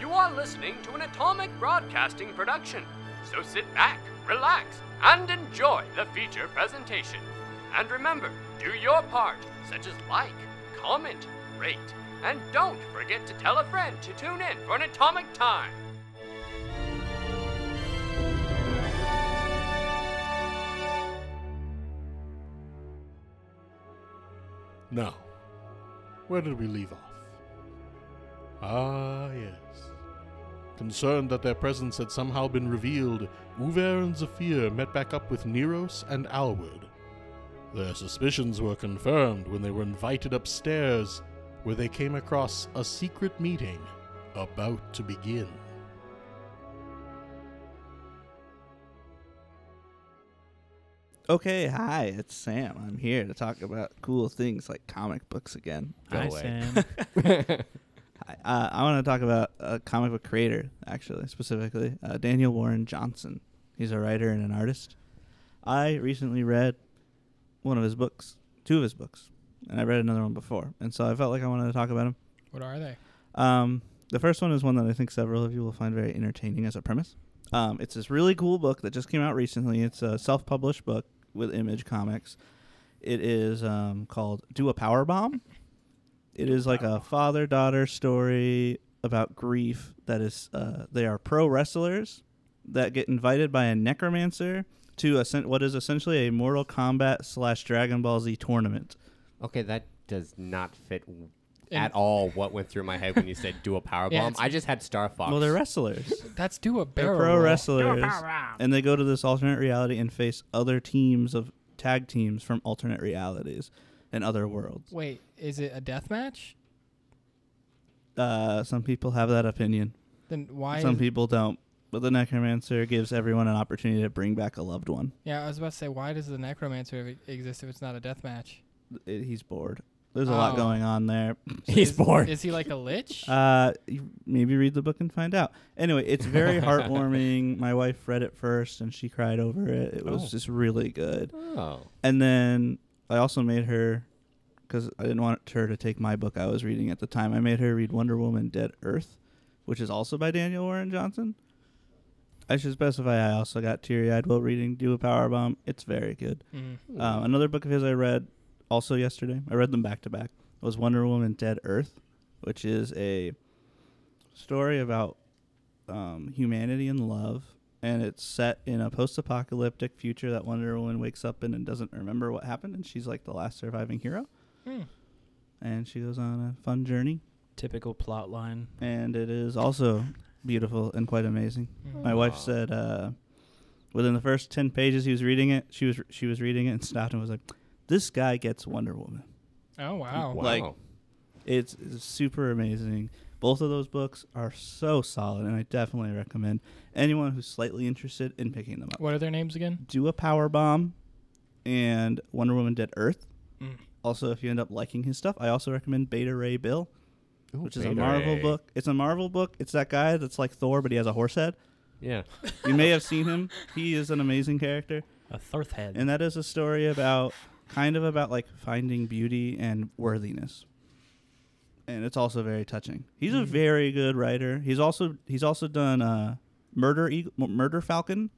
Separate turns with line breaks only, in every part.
now listening to an Atomic Broadcasting production. So sit back, relax, and enjoy the feature presentation. And remember, do your part, such as like, comment, rate, and don't forget to tell a friend to tune in for an Atomic Time.
Now, where did we leave off? Ah, yes. Concerned that their presence had somehow been revealed, Uver and Zephyr met back up with Neros and Alward. Their suspicions were confirmed when they were invited upstairs, where they came across a secret meeting about to begin.
Okay, hi, it's Sam. I'm here to talk about cool things like comic books again.
Hi,
away.
Sam.
Hi, uh, I want to talk about a comic book creator, actually, specifically uh, Daniel Warren Johnson. He's a writer and an artist. I recently read one of his books, two of his books, and I read another one before, and so I felt like I wanted to talk about him.
what are they?
Um, the first one is one that I think several of you will find very entertaining as a premise. Um, it's this really cool book that just came out recently. It's a self-published book with Image Comics. It is um, called "Do a Power Bomb." It is like a father-daughter story about grief. That is, uh, they are pro wrestlers that get invited by a necromancer to essen- what is essentially a Mortal Kombat slash Dragon Ball Z tournament.
Okay, that does not fit w-
And-
at all what went through my head when you said do a power
Yeah,
bomb.
it's-
I just had Star Fox.
Well, they're wrestlers.
That's do a
They're
barrel.
pro
roll.
wrestlers, and they go to this alternate reality and face other teams of tag teams from alternate realities and other worlds.
Wait, is it a death match?
Uh, some people have that opinion.
Then why?
some
is-
people don't. But the necromancer gives everyone an opportunity to bring back a loved one.
yeah, I was about to say, why does the necromancer ev- exist if it's not a death match?
Th- He's bored. There's a lot
Oh.
going on there.
He's
Is-
bored.
Is he like a lich?
Uh, you- maybe read the book and find out. Anyway, it's very heartwarming. My wife read it first and she cried over it. It was
Oh.
just really good.
oh.
And then I also made her, because I didn't want her to take my book I was reading at the time. I made her read Wonder Woman Dead Earth, which is also by Daniel Warren Johnson. I should specify I also got teary eyed while reading Do a Power Bomb. It's very good.
Mm.
Um, another book of his I read also yesterday. I read them back to back. Was Wonder Woman Dead Earth, which is a story about um, humanity and love, and it's set in a post-apocalyptic future that Wonder Woman wakes up in and doesn't remember what happened, and she's like the last surviving hero,
Hmm.
and she goes on a fun journey,
Typical plot line.
and it is also beautiful and quite amazing.
Mhm.
My wife said uh, within the first ten pages he was reading it, she was she was reading it and stopped and was like, "This guy gets Wonder Woman."
Oh wow.
Wow.
like- It's, it's super amazing. Both of those books are so solid, and I definitely recommend anyone who's slightly interested in picking them up.
What are their names again?
Do a Power Bomb and Wonder Woman Dead Earth.
Mm.
Also, if you end up liking his stuff, I also recommend Beta Ray Bill,
Ooh,
which is a
Beta
Marvel
Ray.
book. It's a Marvel book. It's that guy that's like Thor, but he has a horse head.
Yeah.
You may have seen him. He is an amazing character.
A Thorth head.
and that is a story about kind of about like finding beauty and worthiness and it's also very touching he's a very good writer he's also he's also done uh murder Eagle, murder falcon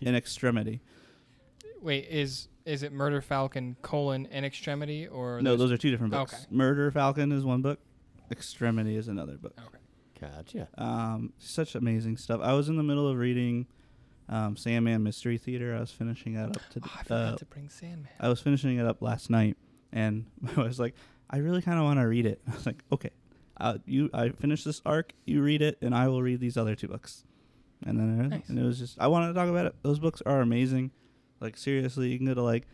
in extremity
Wait, is is it Murder Falcon colon in extremity or
no
there's-
those are two different books
Okay.
murder falcon is one book extremity is another book
Okay.
Gotcha.
um such amazing stuff i was in the middle of reading um sandman mystery theater i was finishing that up to
Oh, I
uh,
forgot to bring Sandman.
I was finishing it up last night, and I was like, I really kind of want to read it. I was like, okay, uh, you, I finish this arc, you read it, and I will read these other two books. And then, I read it,
Nice.
and it was just, I wanted to talk about it. Those books are amazing. Like seriously, you can go to like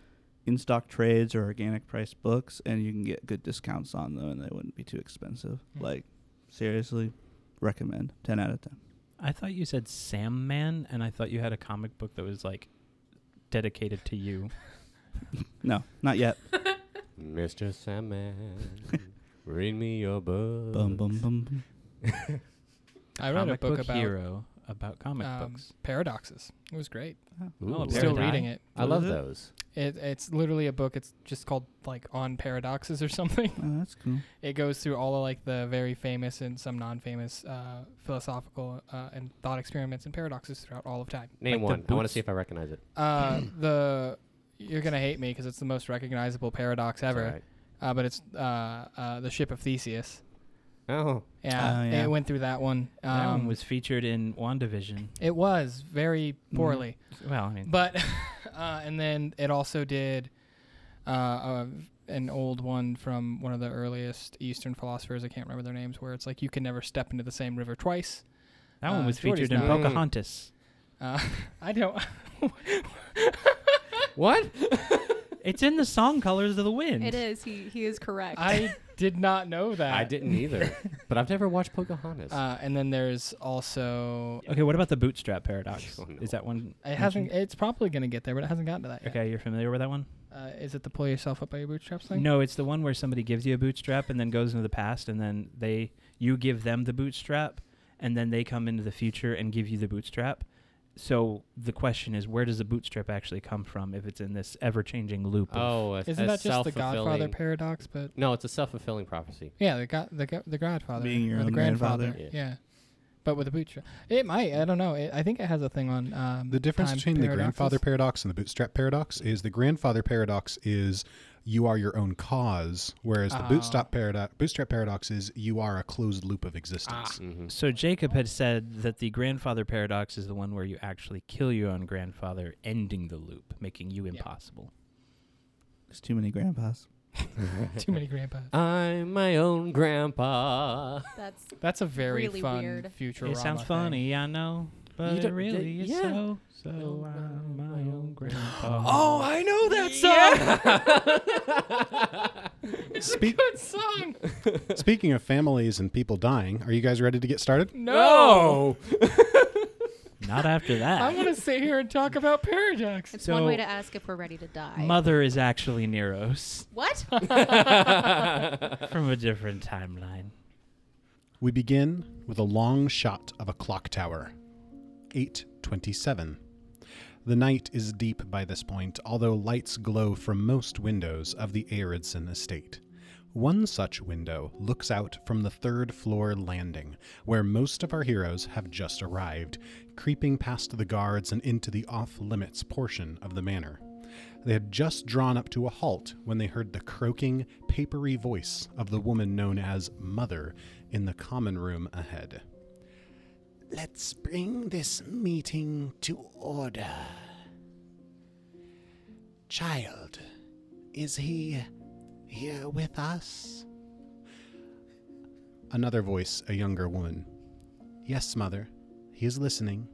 in stock trades or organic price books, and you can get good discounts on them, and they wouldn't be too expensive.
Mm.
Like seriously, recommend ten out of ten.
I thought you said Sam Man, and I thought you had a comic book that was like dedicated to you.
No, not yet.
Mr. Sandman, read me your book.
Boom, boom, boom, boom.
I read a
comic
book about
hero about comic
um,
books.
Paradoxes. It was great.
Oh,
Ooh.
I'm still
Paradigm?
reading it.
I love
Is it?
those.
it. It's literally a book. It's just called like On Paradoxes or something.
Oh, that's cool.
it goes through all of like the very famous and some non-famous uh, philosophical uh, and thought experiments and paradoxes throughout all of time.
Name
Like the
one. I want to
boots.
see if I recognize it.
Uh, the you're gonna hate me because it's the most recognizable paradox
It's
ever.
alright.
Uh, but it's uh, uh, the ship of Theseus.
Oh,
Yeah,
Oh, yeah.
it went through that one. Um,
that one was featured in WandaVision.
it was very poorly,
Well, I mean,
but uh, and then it also did uh, uh, an old one from one of the earliest Eastern philosophers. I can't remember their names. Where it's like you can never step into the same river twice.
that one
uh,
was
Jordy's
featured in
not- Mm.
Pocahontas.
Uh, I don't.
what?
It's in the song "Colors of the Wind."
It is. He he is correct.
I did not know that.
I didn't either. but I've never watched Pocahontas.
Uh, and then there's also.
Okay, what about the bootstrap paradox?
Oh, no.
Is that one?
It hasn't.
mentioned?
It's probably gonna get there, but it hasn't gotten to that yet.
Okay, you're familiar with that one?
Uh, is it the pull yourself up by your bootstraps thing?
No, it's the one where somebody gives you a bootstrap and then goes into the past, and then they you give them the bootstrap, and then they come into the future and give you the bootstrap. So the question is, where does the bootstrap actually come from if it's in this ever-changing loop? of-
oh, a,
Isn't that
a
just the
self-fulfilling-
Godfather paradox? But
No, it's a self-fulfilling prophecy.
yeah, the God, the go- the Godfather,
Being your
or the
own
grandfather,
grandfather.
Yeah. but with a bootstrap, it might. I don't know. It, I think it has a thing on um,
The difference
time
between the
paradoxes.
grandfather paradox and the bootstrap paradox is the grandfather paradox is you are your own cause, whereas the
Ah.
bootstrap paradox bootstrap paradox is you are a closed loop of existence.
Mhm.
So Jacob had said that the grandfather paradox is the one where you actually kill your own grandfather, ending the loop, making you impossible.
There's too many grandpas.
Too many grandpas.
I'm my own grandpa.
That's
That's a very
Really
fun
weird.
future.
It sounds funny, I know, but
You
it
don't-
really is
yeah.
so. So I'm my own grandpa.
Oh, I know that song.
Speak,
Good song.
speaking of families and people dying, are you guys ready to get started?
No,
Not after
I
that.
want to sit here and talk about paradox.
it's one way
So-
to ask if we're ready to die.
Mother is actually Nero's
what?
from a different timeline.
We begin with a long shot of a clock tower. 8:27. The night is deep by this point, although lights glow from most windows of the Aridson estate. One such window looks out from the third floor landing, where most of our heroes have just arrived, creeping past the guards and into the off limits portion of the manor. They had just drawn up to a halt when they heard the croaking, papery voice of the woman known as Mother in the common room ahead. Let's bring this meeting to order. Child, is he here with us? Another voice, a younger woman. Yes, mother. He is listening.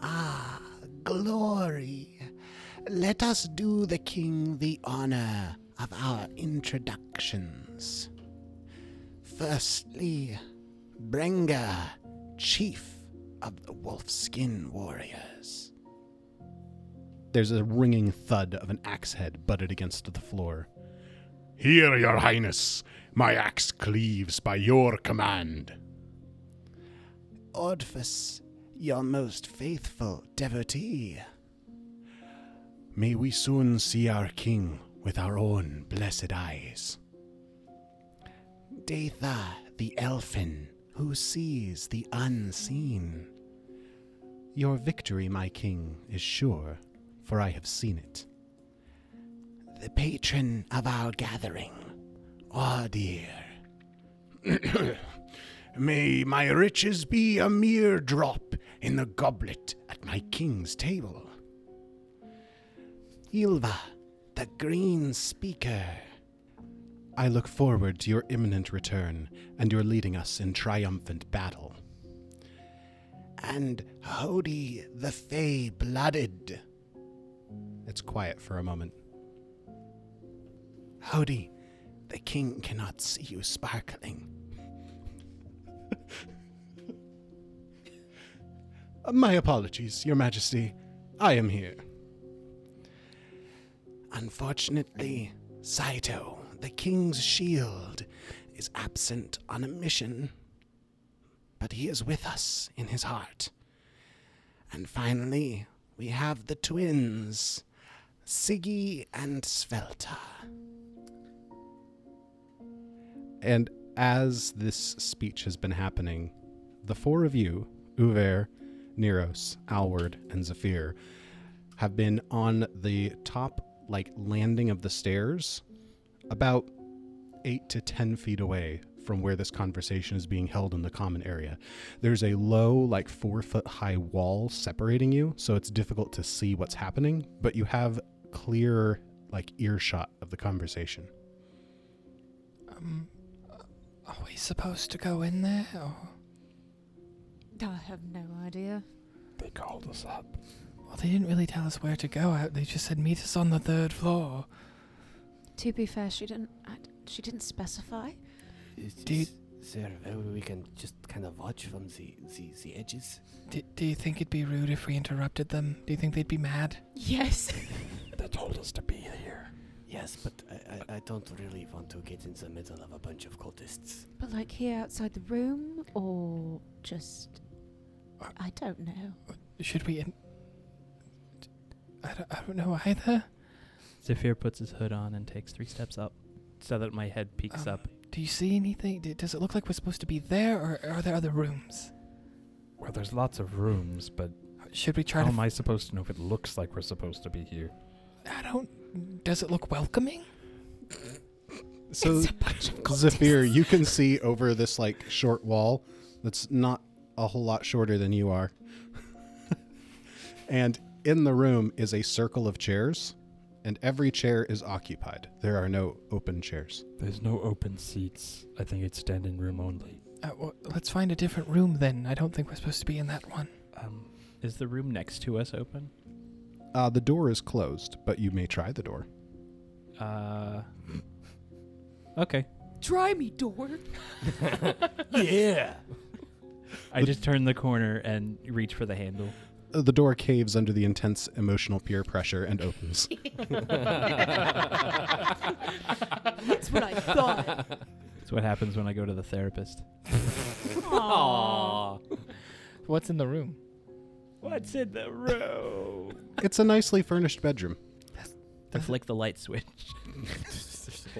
Ah, glory. Let us do the king the honor of our introductions. Firstly, Brenga, chief of the Wolfskin Warriors. There's a ringing thud of an axe head butted against the floor. Here, your highness. My axe cleaves by your command. Ordfus, your most faithful devotee. May we soon see our king with our own blessed eyes. Datha the Elfin, who sees the unseen. Your victory, my king, is sure, for I have seen it. The patron of our gathering, Audir. May my riches be a mere drop in the goblet at my king's table. Ilva, the green speaker. I look forward to your imminent return and your leading us in triumphant battle. And Hodi the Fey Blooded. It's quiet for a moment. Hodi, the king cannot see you sparkling. My apologies, Your Majesty. I am here. Unfortunately, Saito, the king's shield, is absent on a mission.
but he is with us in his heart. And finally, we have the twins, Siggy and Svelta.
And as this speech has been happening, the four of you, Uver, Neros, Alward, and Zephyr, have been on the top, like, landing of the stairs, about eight to ten feet away from where this conversation is being held in the common area. There's a low, like, four foot high wall separating you, so it's difficult to see what's happening, but you have clear, like, earshot of the conversation.
Um, are we supposed to go in there? Or?
I have no idea.
They called us up.
Well, they didn't really tell us where to go. I- They just said meet us on the third floor.
To be fair, she didn't. I, she didn't specify.
Is,
Do you-
is there a way we can just kind of watch from the, the, the edges?
D- do you think it'd be rude if we interrupted them? Do you think they'd be mad?
Yes.
They told us to be here. Yes, but I, I, I don't really want to get in the middle of a bunch of cultists.
but like here outside the room, or just. I don't know.
Should we? In- I, don't, I don't know either.
Zephyr puts his hood on and takes three steps up so that my head peeks
Um,
up.
Do you see anything? D- Does it look like we're supposed to be there, or are there other rooms?
Well, there's lots of rooms, but
Should we try to?
I supposed to know if it looks like we're supposed to be here?
f- I don't. Does it look welcoming?
So
it's a bunch of
Zephyr,
cultists.
you can see over this like short wall that's not a whole lot shorter than you are. and in the room is a circle of chairs, and every chair is occupied. There are no open chairs.
There's no open seats. I think it's standing room only.
Uh, well, let's find a different room then. I don't think we're supposed to be in that one.
Um, is the room next to us open?
Uh, the door is closed, but you may try the door.
Uh, okay.
Try me, door.
yeah!
I just turn the corner and reach for the handle.
Uh, The door caves under the intense emotional peer pressure and opens.
That's what I thought.
That's what happens when I go to the therapist.
Aw.
What's in the room?
What's in the room?
it's a nicely furnished bedroom.
I
Uh-huh.
flick the light switch.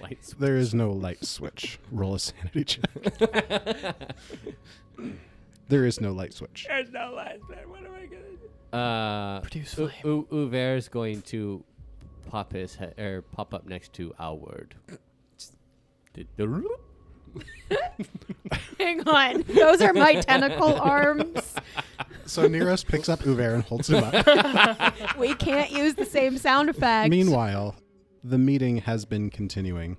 Lights.
There is no light switch. Roll a sanity check. there is no light switch.
There's no light switch. What am I gonna do?
Uh,
Produce
U-
flame.
U- Uver's going to pop his head or pop up next to Alward.
Hang on. Those are my tentacle arms.
So Neros picks up Uver and holds him up.
We can't use the same sound effects.
Meanwhile, the meeting has been continuing.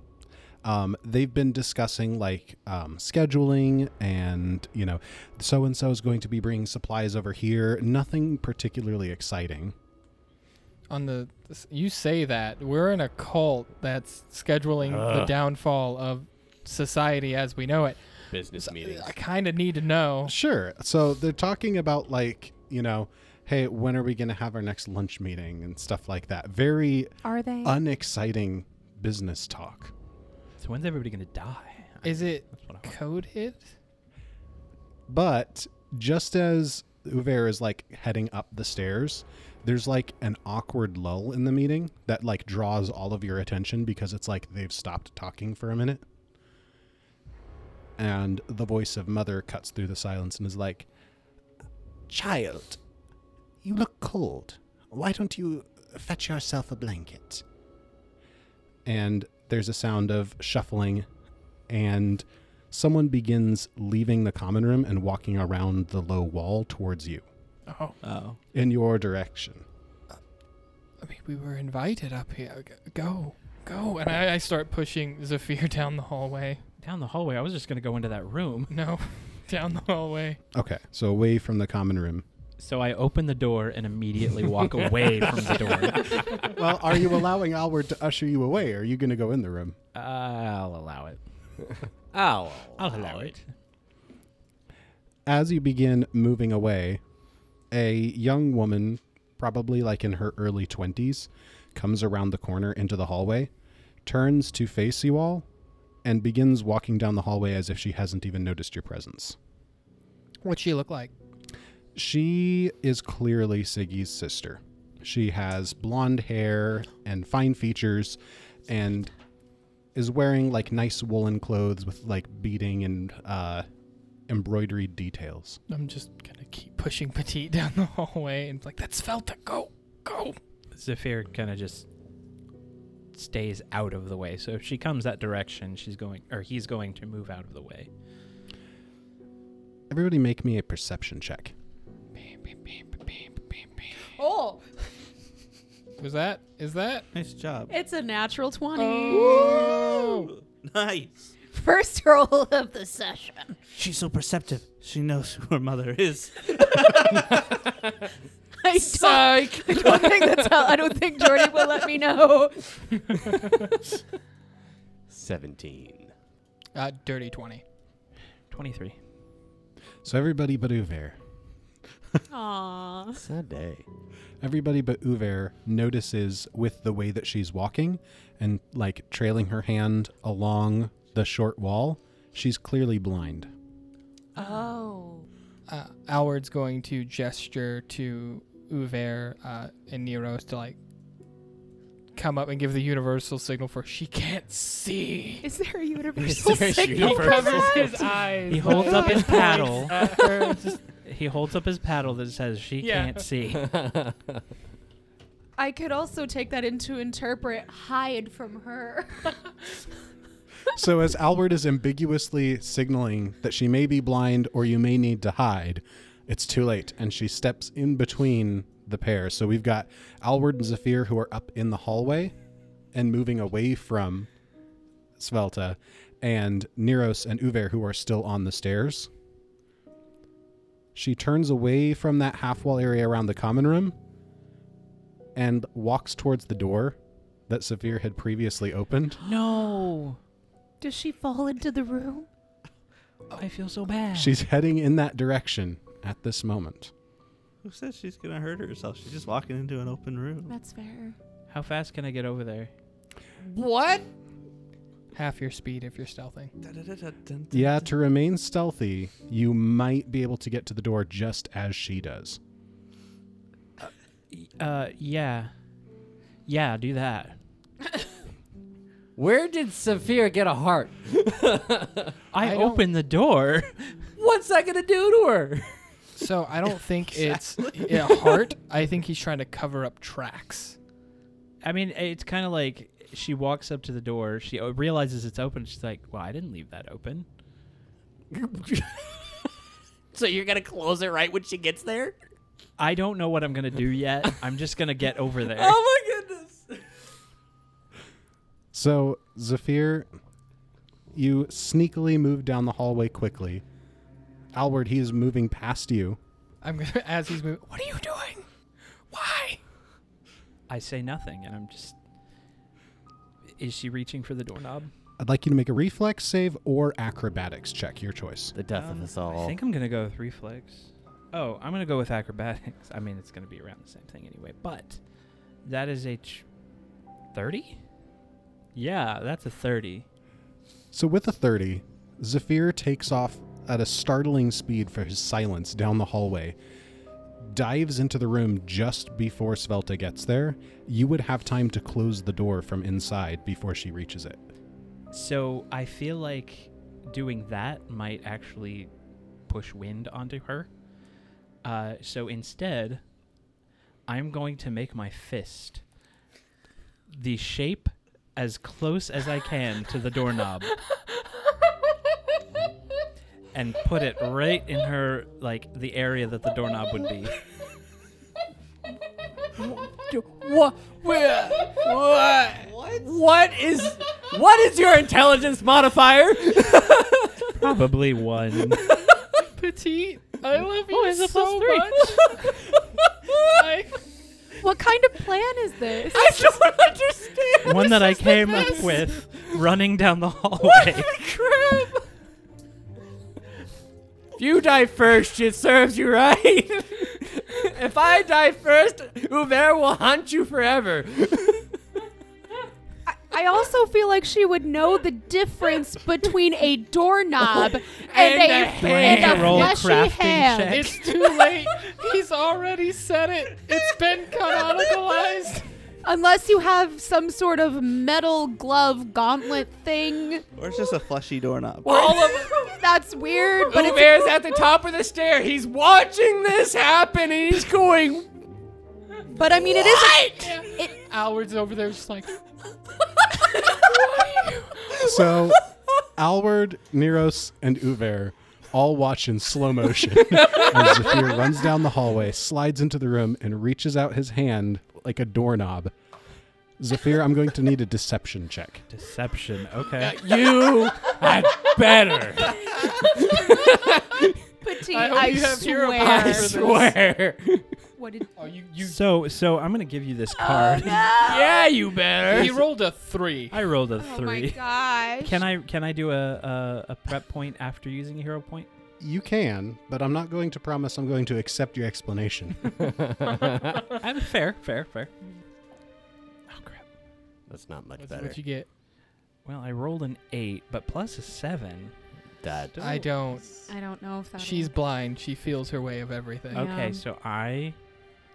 Um, they've been discussing like um, scheduling and you know so and so is going to be bringing supplies over here. Nothing particularly exciting.
On the this- you say that we're in a cult that's scheduling the
Ugh.
downfall of society as we know it.
Business meetings.
I kind of need to know.
Sure. So they're talking about like you know, hey, when are we going to have our next lunch meeting and stuff like that. Very
Are they?
Mm.
unexciting business talk.
So when's everybody gonna die?
Is it
That's what I want.
coded?
But just as Uver is like heading up the stairs, there's like an awkward lull in the meeting that like draws all of your attention because it's like they've stopped talking for a minute. And the voice of Mother cuts through the silence and is like,
Child, you look cold. Why don't you fetch yourself a blanket?
and there's a sound of shuffling, and someone begins leaving the common room and walking around the low wall towards you
Oh,
Oh,
in your direction.
I mean, we were invited up here. G- Go, go, and I, I start pushing Zafir down the hallway.
down the hallway. I was just gonna go into that room.
No, down the hallway.
Okay, so away from the common room.
So I open the door and immediately walk away from the door.
well, are you allowing Alward to usher you away? Or are you going to go in the room?
I'll allow it.
Ow.
I'll allow it.
As you begin moving away, a young woman, probably like in her early 20s, comes around the corner into the hallway, turns to face you all, and begins walking down the hallway as if she hasn't even noticed your presence.
What'd she look like?
She is clearly Siggy's sister. She has blonde hair and fine features and is wearing like nice woolen clothes with like beading and uh, embroidery details.
I'm just gonna keep pushing Petite down the hallway and be like, "That's Felta. Go, go."
Zephyr kind of just stays out of the way. So if she comes that direction, she's going or he's going to move out of the way.
Everybody make me a perception check.
Oh, Was that? Is that?
Nice job.
It's a natural 20.
Oh.
Nice.
First roll of the session.
She's so perceptive. She knows who her mother is.
I don't, I don't think that's how. I don't think Jordy will let me know.
17.
Uh, dirty 20.
23.
So everybody but Uver,
Aww.
Sad day.
everybody but Uver notices with the way that she's walking and like trailing her hand along the short wall, she's clearly blind.
Oh.
Uh, Alward's going to gesture to Uver uh, and Neros to like come up and give the universal signal for she can't see.
Is there a
universal
there a signal
He
for
covers
that?
his eyes.
He holds
like,
up his
and
paddle.
points at her. Just-
He holds up his paddle that says she
Yeah.
can't see.
I could also take that into interpret hide from her.
so as Alward is ambiguously signaling that she may be blind or you may need to hide, it's too late, and she steps in between the pair. So we've got Alward and Zephyr who are up in the hallway and moving away from Svelta, and Neros and Uver who are still on the stairs. She turns away from that half wall area around the common room and walks towards the door that Zephyr had previously opened.
no.
Does she fall into the room?
I feel so bad.
She's heading in that direction at this moment.
Who says she's gonna hurt herself? She's just walking into an open room.
That's fair.
How fast can I get over there?
what? Half your speed if you're stealthing.
Yeah, to remain stealthy, you might be able to get to the door just as she does.
Uh, yeah. Yeah, do that.
Where did Saphir get a heart?
I,
I don't-
open the door.
What's that gonna do to her?
So I don't think it's yeah, heart. I think he's trying to cover up tracks.
I mean, it's kind of like she walks up to the door. She o- realizes it's open. She's like, "Well, I didn't leave that open."
So you're gonna close it right when she gets there?
I don't know what I'm gonna do yet. I'm just gonna get over there.
Oh my goodness!
So, Zephyr, you sneakily move down the hallway quickly. Alward, he is moving past you.
I'm gonna as he's moving. What are you doing? Why?
I say nothing, and I'm just. Is she reaching for the doorknob?
I'd like you to make a reflex save or acrobatics check, your choice.
The death
Um,
of us
I
all.
think I'm gonna go with reflex. Oh, I'm gonna go with acrobatics. I mean, it's gonna be around the same thing anyway. But that is a thirty. yeah, that's a thirty.
So, with a 30, Zephyr takes off at a startling speed for his silence down the hallway, dives into the room just before Svelta gets there. You would have time to close the door from inside before she reaches it.
So I feel like doing that might actually push wind onto her. Uh, so instead, I'm going to make my fist the shape as close as I can to the doorknob and put it right in her, like, the area that the doorknob would be.
What? Where? What? What is? What is your intelligence modifier?
Probably one.
Petite, I love you
it's a
so
plus three.
much. I,
what kind of plan is this?
I don't understand.
one that I came up with running down the hallway.
Crap. If you die first, it serves you right. if I die first, Uber will haunt you forever.
I also feel like she would know the difference between a doorknob and,
And
a,
a
and a
hand. Roll
fleshy
crafting
hand.
check. It's too late. He's already said it. It's been canonicalized.
Unless you have some sort of metal glove gauntlet thing.
Or it's just a fleshy doorknob.
All of That's weird, but it's
Uber's at the top of the stair. He's watching this happen, and he's going.
But I mean, it is.
A, it, Alward's over there, just like
So, Alward, Neros, and Uver all watch in slow motion as Zafir runs down the hallway, slides into the room, and reaches out his hand like a doorknob. Zafir, I'm going to need a deception check.
Deception. Okay.
You had better.
Petite,
I hope
I,
you have
swear.
hero
I
powers for this.
swear.
What did
Oh, you, you
so so I'm gonna give you this
Oh,
card.
Yeah,
you better.
He rolled a three.
I rolled a
Oh
three.
my gosh.
Can I can I do a, a a prep point after using a hero point?
You can, but I'm not going to promise I'm going to accept your explanation.
I'm fair, fair, fair. Oh crap.
That's not much
That's
better.
what you get.
Well, I rolled an eight, but plus a seven.
That
I don't.
I don't know if that.
She's blind. She feels her way of everything.
Okay,
Yeah.
so I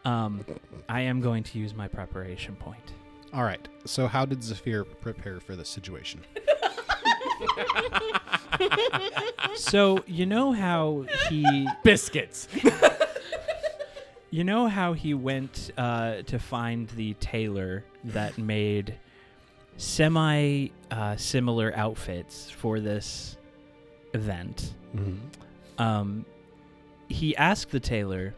um I am going to use my preparation point.
All right. So, how did Zafir prepare for this situation?
So you know how he
biscuits.
You know how he went uh, to find the tailor that made semi uh, similar outfits for this event?
Mm-hmm.
Um, he asked the tailor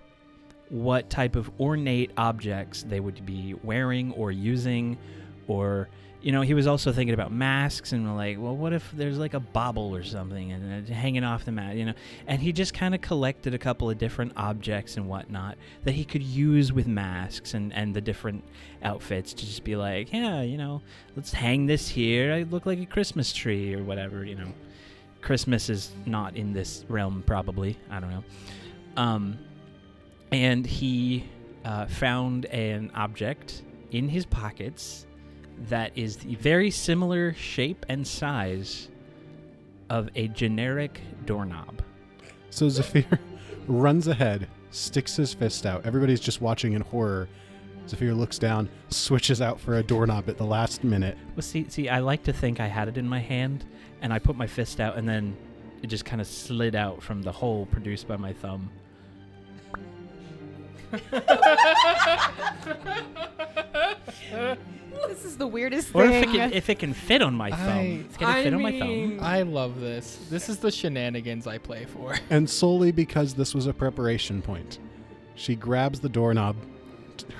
what type of ornate objects they would be wearing or using, or, you know, he was also thinking about masks and, like, well, what if there's like a bobble or something and uh, hanging off the mat, you know? And he just kind of collected a couple of different objects and whatnot that he could use with masks and, and the different outfits to just be like, yeah, you know, let's hang this here. I look like a Christmas tree or whatever, you know. Christmas is not in this realm, probably. I don't know. Um, and he uh, found an object in his pockets that is the very similar shape and size of a generic doorknob.
So Zafir runs ahead, sticks his fist out. Everybody's just watching in horror. Zafir looks down, switches out for a doorknob at the last minute.
Well, see, see, I like to think I had it in my hand, and I put my fist out, and then it just kind of slid out from the hole produced by my thumb.
This is the weirdest
Or if
thing.
it can, if it can fit on my thumb,
I,
it's gonna fit on my thumb.
I love this. This is the shenanigans I play for.
And solely because this was a preparation point, she grabs the doorknob,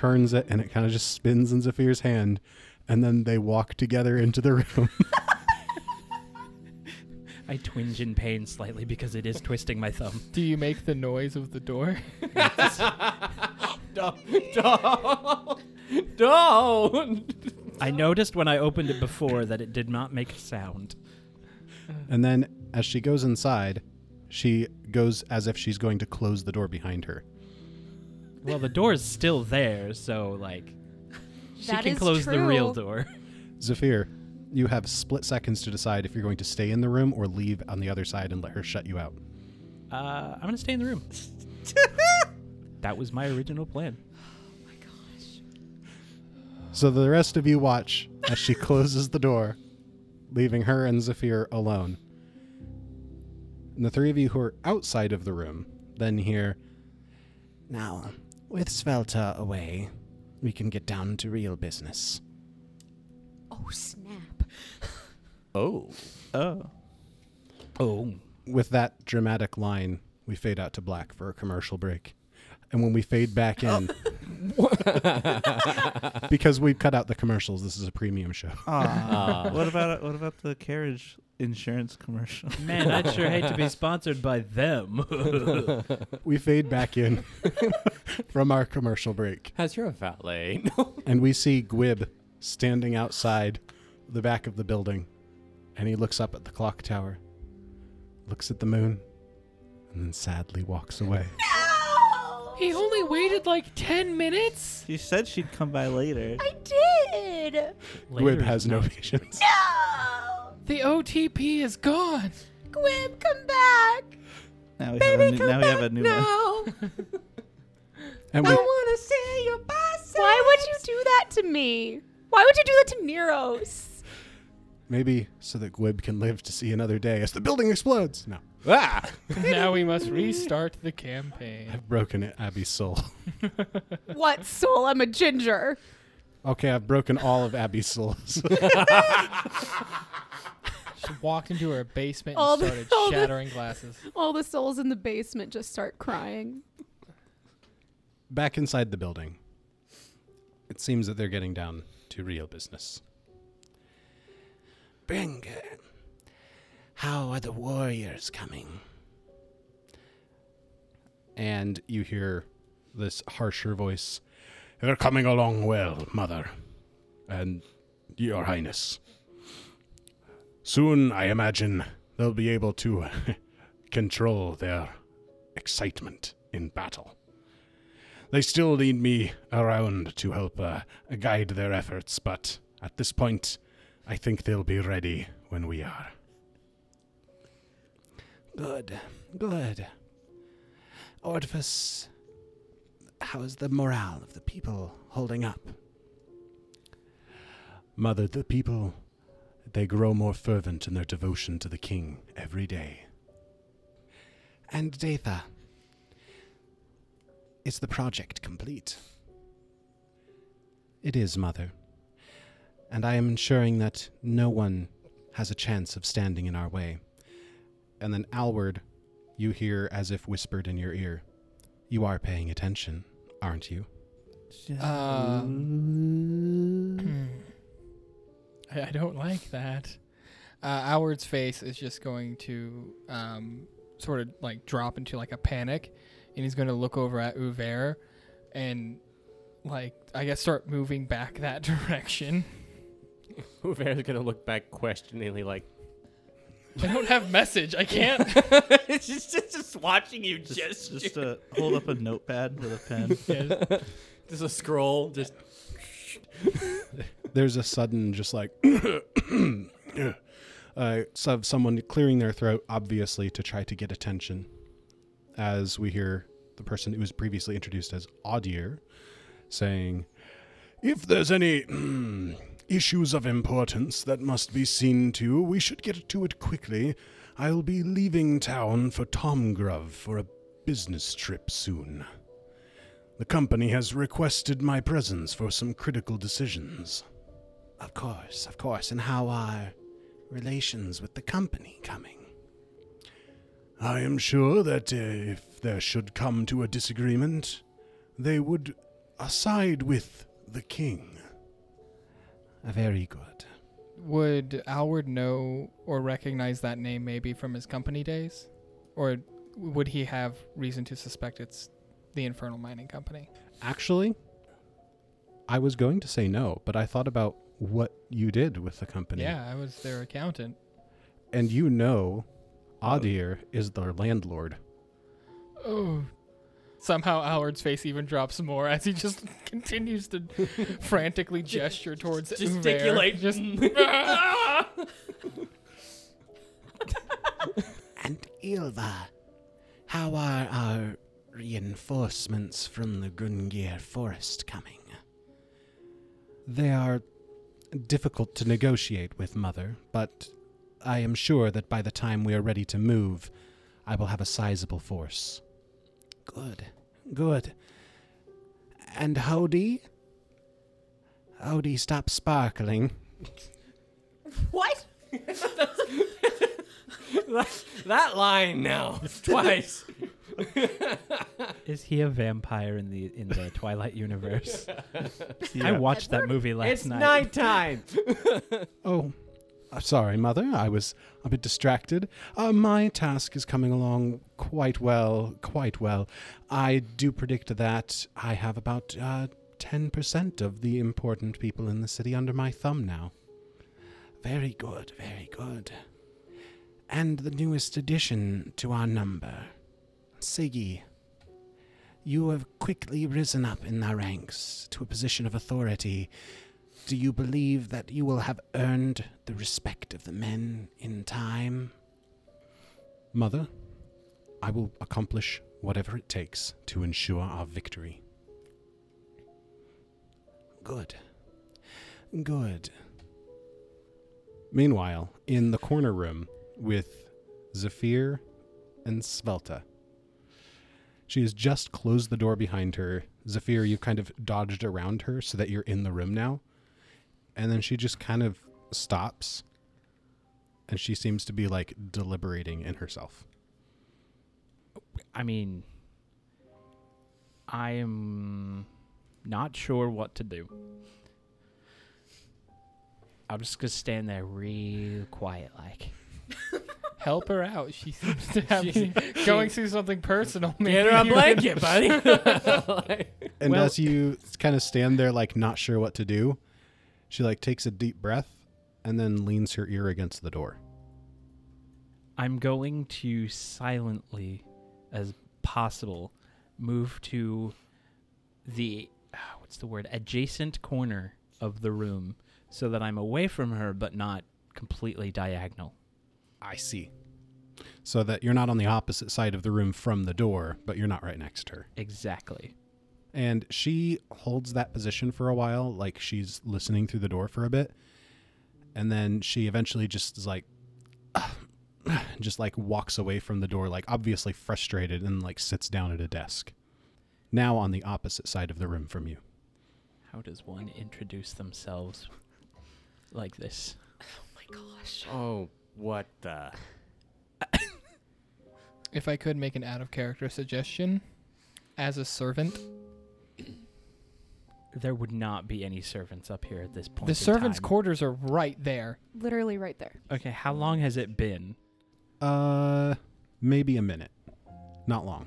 turns it, and it kind of just spins in Zafir's hand. And then they walk together into the room.
I twinge in pain slightly because it is twisting my thumb.
Do you make the noise of the door?
Don't.
I noticed when I opened it before that it did not make a sound.
and then as she goes inside, she goes as if she's going to close the door behind her.
Well, the door is still there, so like she
That
can
is
close the real
true.
door.
Zafir, you have split seconds to decide if you're going to stay in the room or leave on the other side and let her shut you out.
Uh, I'm gonna stay in the room. that was my original plan.
So the rest of you watch as she closes the door, leaving her and Zafir alone. And the three of you who are outside of the room then hear,
Now, with Svelta away, we can get down to real business.
Oh, snap.
Oh.
Oh.
Oh.
with that dramatic line, we fade out to black for a commercial break. And when we fade back in, because we've cut out the commercials, this is a premium show.
Aw.
Aw. what about uh, what about the carriage insurance commercial?
Man, I'd sure hate to be sponsored by them.
We fade back in from our commercial break.
How's your valet?
and we see Gwib standing outside the back of the building, and he looks up at the clock tower, looks at the moon, and then sadly walks away.
He only waited like 10 minutes?
She said she'd come by later.
I did.
did.
Gwib has no patience.
The OTP is gone.
Gwib, come back.
Now we
Baby,
have a new,
come
now we
back
have a new one.
now.
And
I
we-
want to see your biceps. Why would you do that to me? Why would you do that to Neros?
Maybe so that Gwib can live to see another day as the building explodes. No.
Ah! now we must restart the campaign.
I've broken it, Abby's soul.
What soul? I'm a ginger.
Okay, I've broken all of Abby's souls.
She walked into her basement
All
and
the-
started
all the-
shattering glasses.
All the souls in the basement just start crying.
Back inside the building, it seems that they're getting down to real business. uh,
Bringer, how are the warriors coming?
And you hear this harsher voice They're coming along well, Mother, and Your Highness. Soon, I imagine, they'll be able to control their excitement in battle. They still need me around to help uh, guide their efforts, but at this point, I think they'll be ready when we are.
Good, good. Ordvus, how is the morale of the people holding up?
Mother, the people, they grow more fervent in their devotion to the king every day.
And Datha, is the project complete?
It is, Mother. And I am ensuring that no one has a chance of standing in our way. And then, Alward, you hear as if whispered in your ear, You are paying attention, aren't you?
Uh,
mm,
Hmm. I, I don't like that. Uh, Howard's face is just going to um, sort of like drop into like a panic, and he's going to look over at Uver, and like I guess start moving back that direction.
Uver's gonna look back questioningly, like
I don't have message. I can't.
it's just, just just watching you
Just, just uh, hold up a notepad with a pen.
Yeah. just a scroll. Just
There's a sudden, just like, uh, so someone clearing their throat, obviously, to try to get attention. As we hear the person who was previously introduced as Audier saying, If there's any issues of importance that must be seen to, we should get to it quickly. I'll be leaving town for Tomgrove for a business trip soon. The company has requested my presence for some critical decisions.
Of course, of course. And how are relations with the company coming?
I am sure that uh, if there should come to a disagreement, they would uh, side with the king.
Very good.
Would Howard know or recognize that name maybe from his company days, or would he have reason to suspect it's the Infernal Mining Company?
Actually, I was going to say no, but I thought about what you did with the company.
Yeah, I was their accountant.
And you know, Adir is their landlord.
Oh. Somehow Howard's face even drops more as he just continues to frantically gesture towards Uver.
gesticulate.
Just
And Ilva, how are our reinforcements from the Grungir forest coming?
They are difficult to negotiate with, Mother, but I am sure that by the time we are ready to move, I will have a sizable force.
Good, good. And Hody? Hody, stop sparkling.
What?
that, that line now twice.
Is he a vampire in the in the Twilight universe? I
Yeah.
watched that movie last
it's
night.
nighttime.
Oh, uh, sorry, Mother. I was a bit distracted. Uh, my task is coming along quite well, quite well. I do predict that I have about uh, 10% of the important people in the city under my thumb now.
Very good, very good. And the newest addition to our number, Siggy. You have quickly risen up in the ranks to a position of authority Do you believe that you will have earned the respect of the men in time?
Mother, I will accomplish whatever it takes to ensure our victory.
Good. Good.
Meanwhile, in the corner room with Zephyr and Svelta, she has just closed the door behind her. Zephyr, you've kind of dodged around her so that you're in the room now. And then she just kind of stops and she seems to be like deliberating in herself.
I mean, I am not sure what to do. I'm just gonna stand there real quiet, like.
Help her out. She seems to have
She-
going
she-
through something personal.
Get her a blanket, buddy.
And
well,
as you kind of stand there, like not sure what to do, she like takes a deep breath and then leans her ear against the door.
I'm going to silently, as possible, move to the ah, what's the word adjacent corner of the room so that I'm away from her but not completely diagonal.
I see. So that you're not on the opposite side of the room from the door, but you're not right next to her.
Exactly.
And she holds that position for a while, like she's listening through the door for a bit. And then she eventually just is like, just like walks away from the door, like obviously frustrated, and like sits down at a desk. Now on the opposite side of the room from you.
How does one introduce themselves like this?
Oh, what the?
If I could make an out of character suggestion, as a servant,
There would not be any servants up here at this point.
the
in
servants'
time.
quarters are right there.
Literally right there.
Okay, how long has it been?
Uh, maybe a minute. Not long.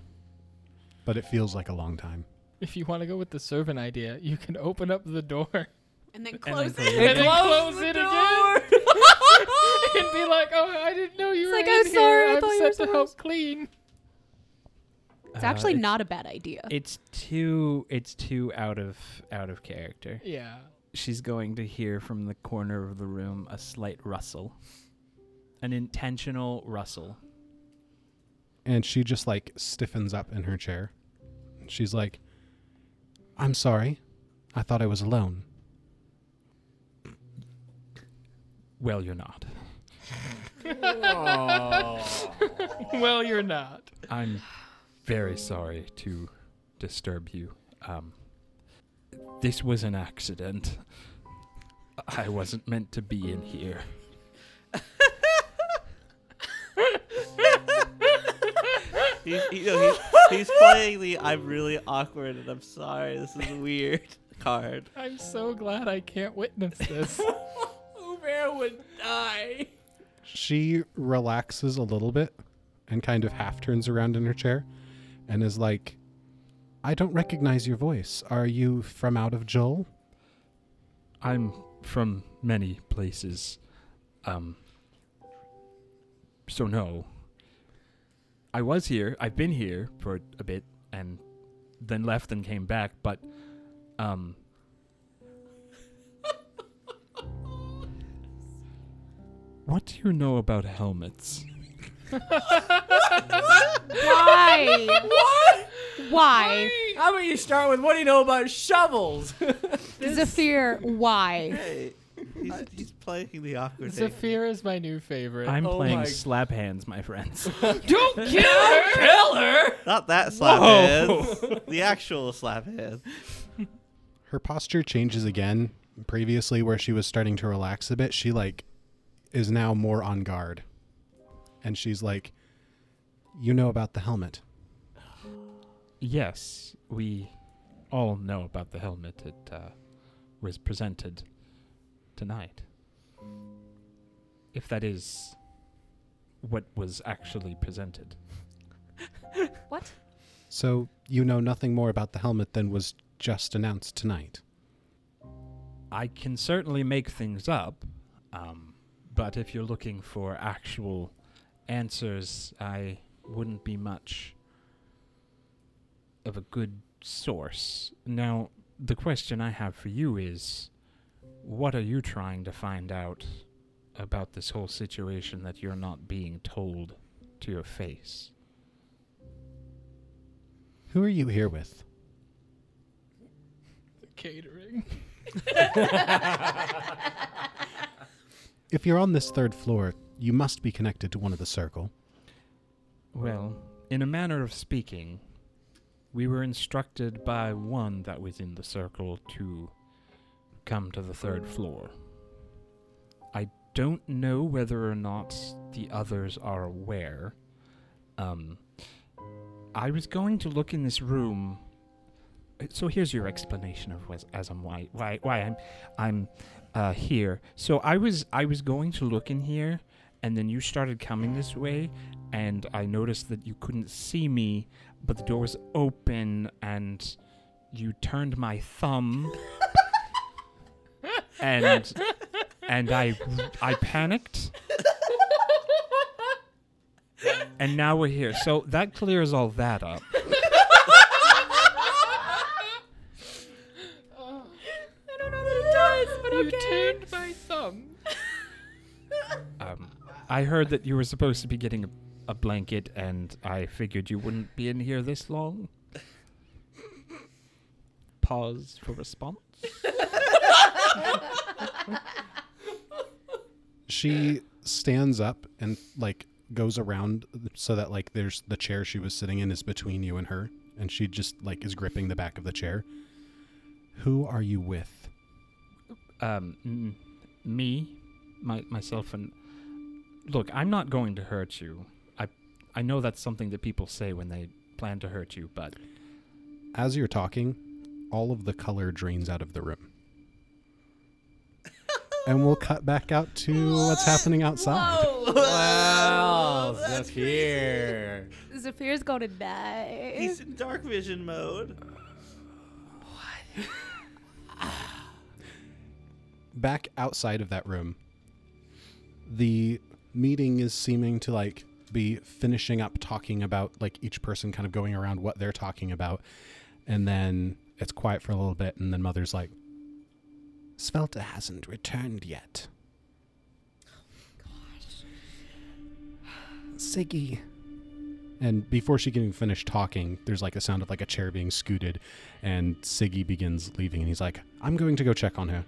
But it feels like a long time.
If you want to go with the servant idea, you can open up the door
And then
close
close
close it.
it.
and
it.
then close it again, and be like, "Oh, I didn't know you
It's
were
like,
in
"Oh,
here.
sorry, I
I'm
thought you were
set to
somewhere
help clean."
It's
Uh,
actually
it's-
not a bad idea.
It's too it's too out of out of character.
Yeah.
She's going to hear from the corner of the room a slight rustle. An intentional rustle.
And she just like stiffens up in her chair. She's like, I'm sorry. I thought I was alone.
Well, you're not.
well, you're not.
I'm very sorry to disturb you. Um, this was an accident. I wasn't meant to be in here.
He's, you know, he's, he's playing the I'm really awkward and I'm sorry, this is weird card.
I'm so glad I can't witness this.
Uber would die.
She relaxes a little bit and kind of half turns around in her chair and is like, I don't recognize your voice. Are you from out of Joel?
I'm from many places. Um, so no. I was here. I've been here for a bit, and then left and came back. But, um, what do you know about helmets?
Why?
What?
Why?
How about you start with what do you know about shovels?
Zephyr, why?
Hey, he's, he's playing the awkward thing.
Zephyr is my new favorite.
I'm playing slap hands, my friends.
Don't kill her!
Kill her! Not that slap
Whoa.
hands. The actual slap hands.
her posture changes again. Previously, where she was starting to relax a bit, she like is now more on guard, and she's like, "You know about the helmet?
Yes, we all know about the helmet. It uh, was presented tonight. If that is what was actually presented.
What?
So you know nothing more about the helmet than was just announced tonight."
I can certainly make things up, um, but if you're looking for actual answers, I wouldn't be much of a good source. Now, the question I have for you is What are you trying to find out about this whole situation that you're not being told to your face?
Who are you here with?
Catering.
If you're on this third floor, you must be connected to one of the circle.
Well, in a manner of speaking, we were instructed by one that was in the circle to come to the third floor. I don't know whether or not the others are aware. Um, I was going to look in this room. Uh, So here's your explanation of whas- as I'm why why why I'm I'm uh, here. So I was I was going to look in here, and then you started coming this way, and I noticed that you couldn't see me, but the door was open, and you turned my thumb, and and I I panicked. And now we're here. So that clears all that up.
I don't know that it does, but
you
okay.
turned my thumb.
Um, I heard that you were supposed to be getting a, a blanket, and I figured you wouldn't be in here this long. Pause for response.
She stands up and like goes around so that like there's the chair she was sitting in is between you and her, and she just like is gripping the back of the chair. Who are you with?
Um, m- me, my, myself, and look, I'm not going to hurt you. I I know that's something that people say when they plan to hurt you, but
As you're talking, all of the color drains out of the room. and we'll cut back out to what's happening outside.
Oh,
Wow, Zephyr.
Zephyr's gonna die.
He's in dark vision mode.
back outside of that room, the meeting is seeming to like be finishing up talking about like each person kind of going around what they're talking about. And then it's quiet for a little bit. And then Mother's like, Svelta hasn't returned yet.
Siggy.
And before she can even finish talking, there's like a sound of like a chair being scooted. And Siggy begins leaving. And he's like, I'm going to go check on her.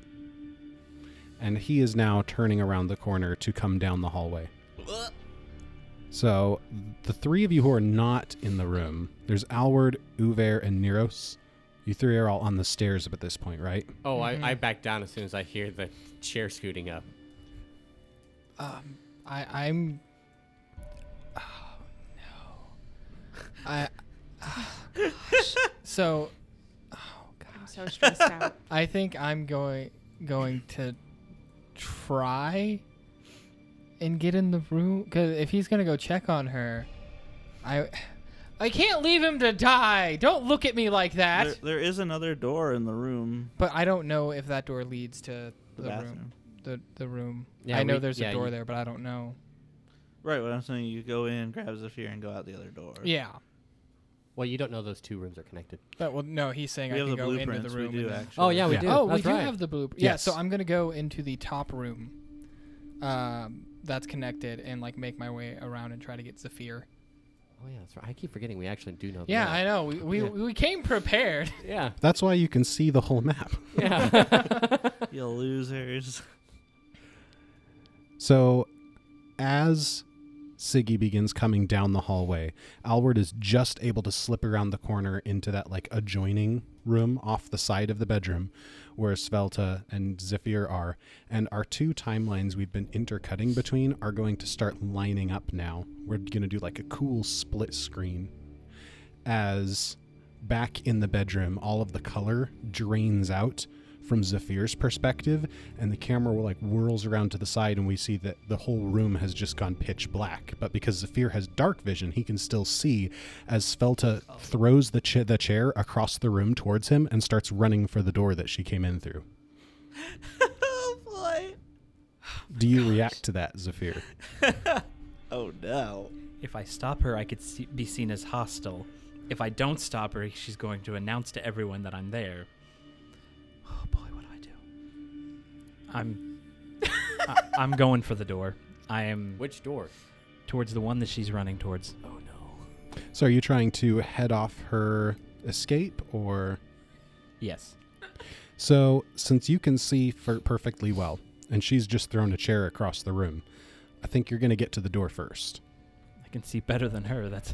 And he is now turning around the corner to come down the hallway. So the three of you who are not in the room, there's Alward, Uver, and Neros. You three are all on the stairs at this point, right?
Oh,
Mhm.
Mm-hmm.
I, I back down as soon as I hear the chair scooting up.
Um, I I'm. Oh no. I.
ah,
oh, gosh. So. Oh gosh. I'm
so stressed out.
I think I'm going going to try and get in the room because if he's gonna go check on her, I. I can't leave him to die. Don't look at me like that.
There, there is another door in the room.
But I don't know if that door leads to
The
the,
bathroom.
room. The the room.
Yeah,
I know
we-
there's
yeah,
a door
you-
there, but I don't know.
Right, what I'm saying, you go in, grab Zephyr, and go out the other door.
Yeah.
Well, you don't know those two rooms are connected.
But well, no, he's saying
We
I
have
can
the
go into the
blueprints, we
room.
do
and then-
actually. Oh, yeah, we do.
Oh, we
That's
do
right.
have the blueprint. Yeah, so
Yes.
I'm gonna go into the top room, um, that's connected, and like make my way around and try to get Zephyr.
Oh yeah, that's right. I keep forgetting we actually do know. the
Yeah,
map.
I know. We we,
Yeah.
we came prepared.
Yeah.
That's why you can see the whole map.
you losers.
So, as Siggy begins coming down the hallway, Alward is just able to slip around the corner into that like adjoining room off the side of the bedroom where Svelta and Zephyr are. And our two timelines we've been intercutting between are going to start lining up now. We're going to do like a cool split screen as back in the bedroom, all of the color drains out from Zephyr's perspective, and the camera like whirls around to the side, and we see that the whole room has just gone pitch black. But because Zephyr has dark vision, he can still see as Svelta throws the, cha- the chair across the room towards him and starts running for the door that she came in through. Do you react to that, Zephyr?
Oh no.
If I stop her, I could see, be seen as hostile. If I don't stop her, she's
Oh,
going to announce to everyone that I'm there.
I'm I, I'm going for the door. I am
Which door?
Towards the one that she's running towards. Oh no.
So are you trying to head off her escape or
Yes.
So, since you can see fer- perfectly well and she's just thrown a chair across the room, I think you're going to get to the door first.
I can see better than her. That's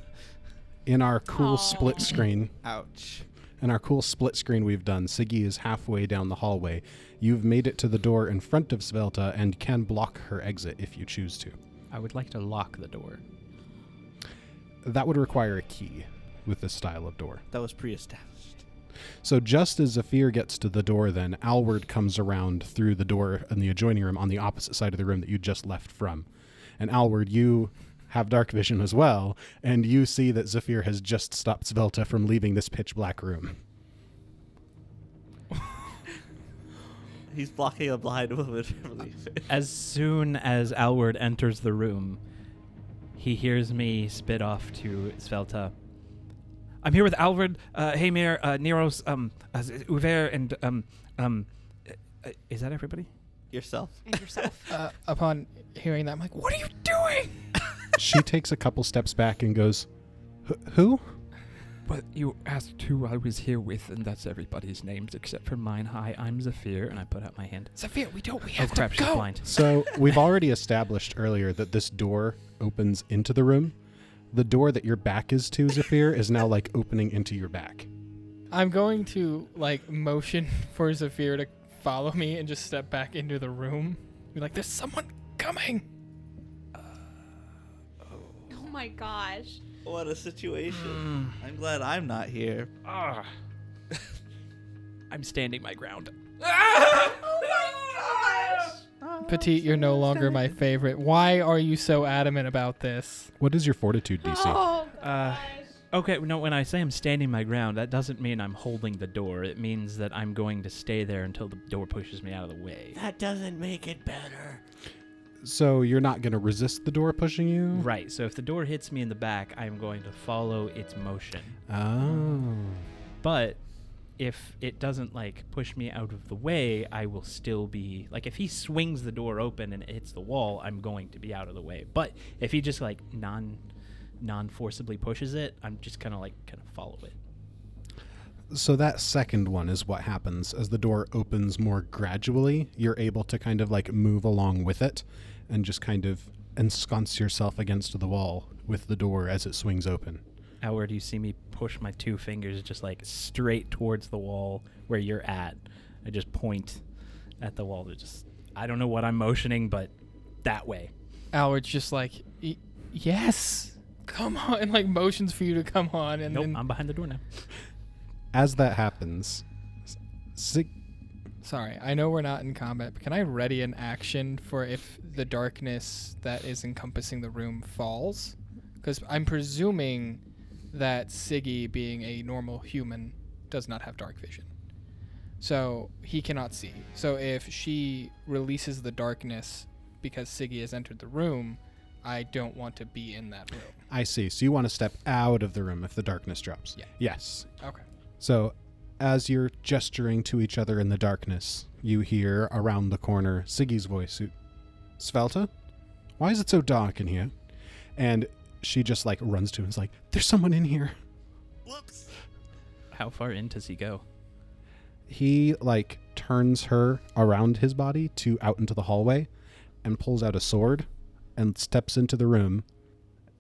In our cool split screen.
Ouch.
In our cool split screen we've done, Siggy is halfway down the hallway. You've made it to the door in front of Svelta and can block her exit if you choose to.
I would like to lock the door.
That would require a key with this style of door.
That was pre-established.
So just as Zafir gets to the door, then Alward comes around through the door in the adjoining room on the opposite side of the room that you just left from. And Alward, you have dark vision as well, and you see that Zafir has just stopped Svelta from leaving this pitch black room.
He's blocking a blind woman from leaving.
As soon as Alward enters the room, he hears me spit off to Svelta. I'm here with Alward, uh, Hamir, uh, Neros, um, uh, Uver, and um, um, uh, uh, is that everybody?
Yourself.
And yourself.
Uh, upon hearing that, I'm like, what are you doing?
she takes a couple steps back and goes, "Wh- Who?
Well, you asked who I was here with, and that's everybody's names except for mine. Hi, I'm Zafir, and I put out my hand.
Sophia, we don't. We
oh
have
crap,
to
she's
go.
blind.
So we've already established earlier that this door opens into the room. The door that your back is to, Zafir, is now like opening into your back.
I'm going to like motion for Zafir to follow me and just step back into the room. Be like, there's someone coming.
Oh my gosh.
What a situation. I'm glad I'm not here.
Ah. I'm standing my ground.
Petite, you're no longer my favorite. Why are you so adamant about this?
What is your fortitude DC?
Oh,
Uh, okay, no, when I say I'm standing my ground, that doesn't mean I'm holding the door. It means that I'm going to stay there until the door pushes me out of the way.
That doesn't make it better.
So you're not going to resist the door pushing you?
Right, so if the door hits me in the back, I'm going to follow its motion.
Oh.
But if it doesn't like push me out of the way, I will still be like if he swings the door open and it hits the wall, I'm going to be out of the way. But if he just like non non forcibly pushes it, I'm just kind of like kind of follow it.
So that second one is what happens. As the door opens more gradually, you're able to kind of like move along with it and just kind of ensconce yourself against the wall with the door as it swings open.
Howard, you see me push my two fingers just like straight towards the wall where you're at. I just point at the wall. It's Just I don't know what I'm motioning, but that way.
Alward's just like, "Y- yes, come on, and like motions for you to come on, and
nope,
then
I'm behind the door now.
As that happens, Sig-
Sorry, I know we're not in combat, but can I ready an action for if the darkness that is encompassing the room falls? Because I'm presuming that Siggy, being a normal human, does not have dark vision. So he cannot see. So if she releases the darkness because Siggy has entered the room, I don't want to be in that room.
I see. So you want to step out of the room if the darkness drops.
Yeah.
Yes.
Okay.
So as you're gesturing to each other in the darkness, you hear around the corner Siggy's voice. who- Svelta, why is it so dark in here? And she just like runs to him and is like, There's someone in here.
How far in does he go?
He like turns her around his body to out into the hallway and pulls out a sword and steps into the room.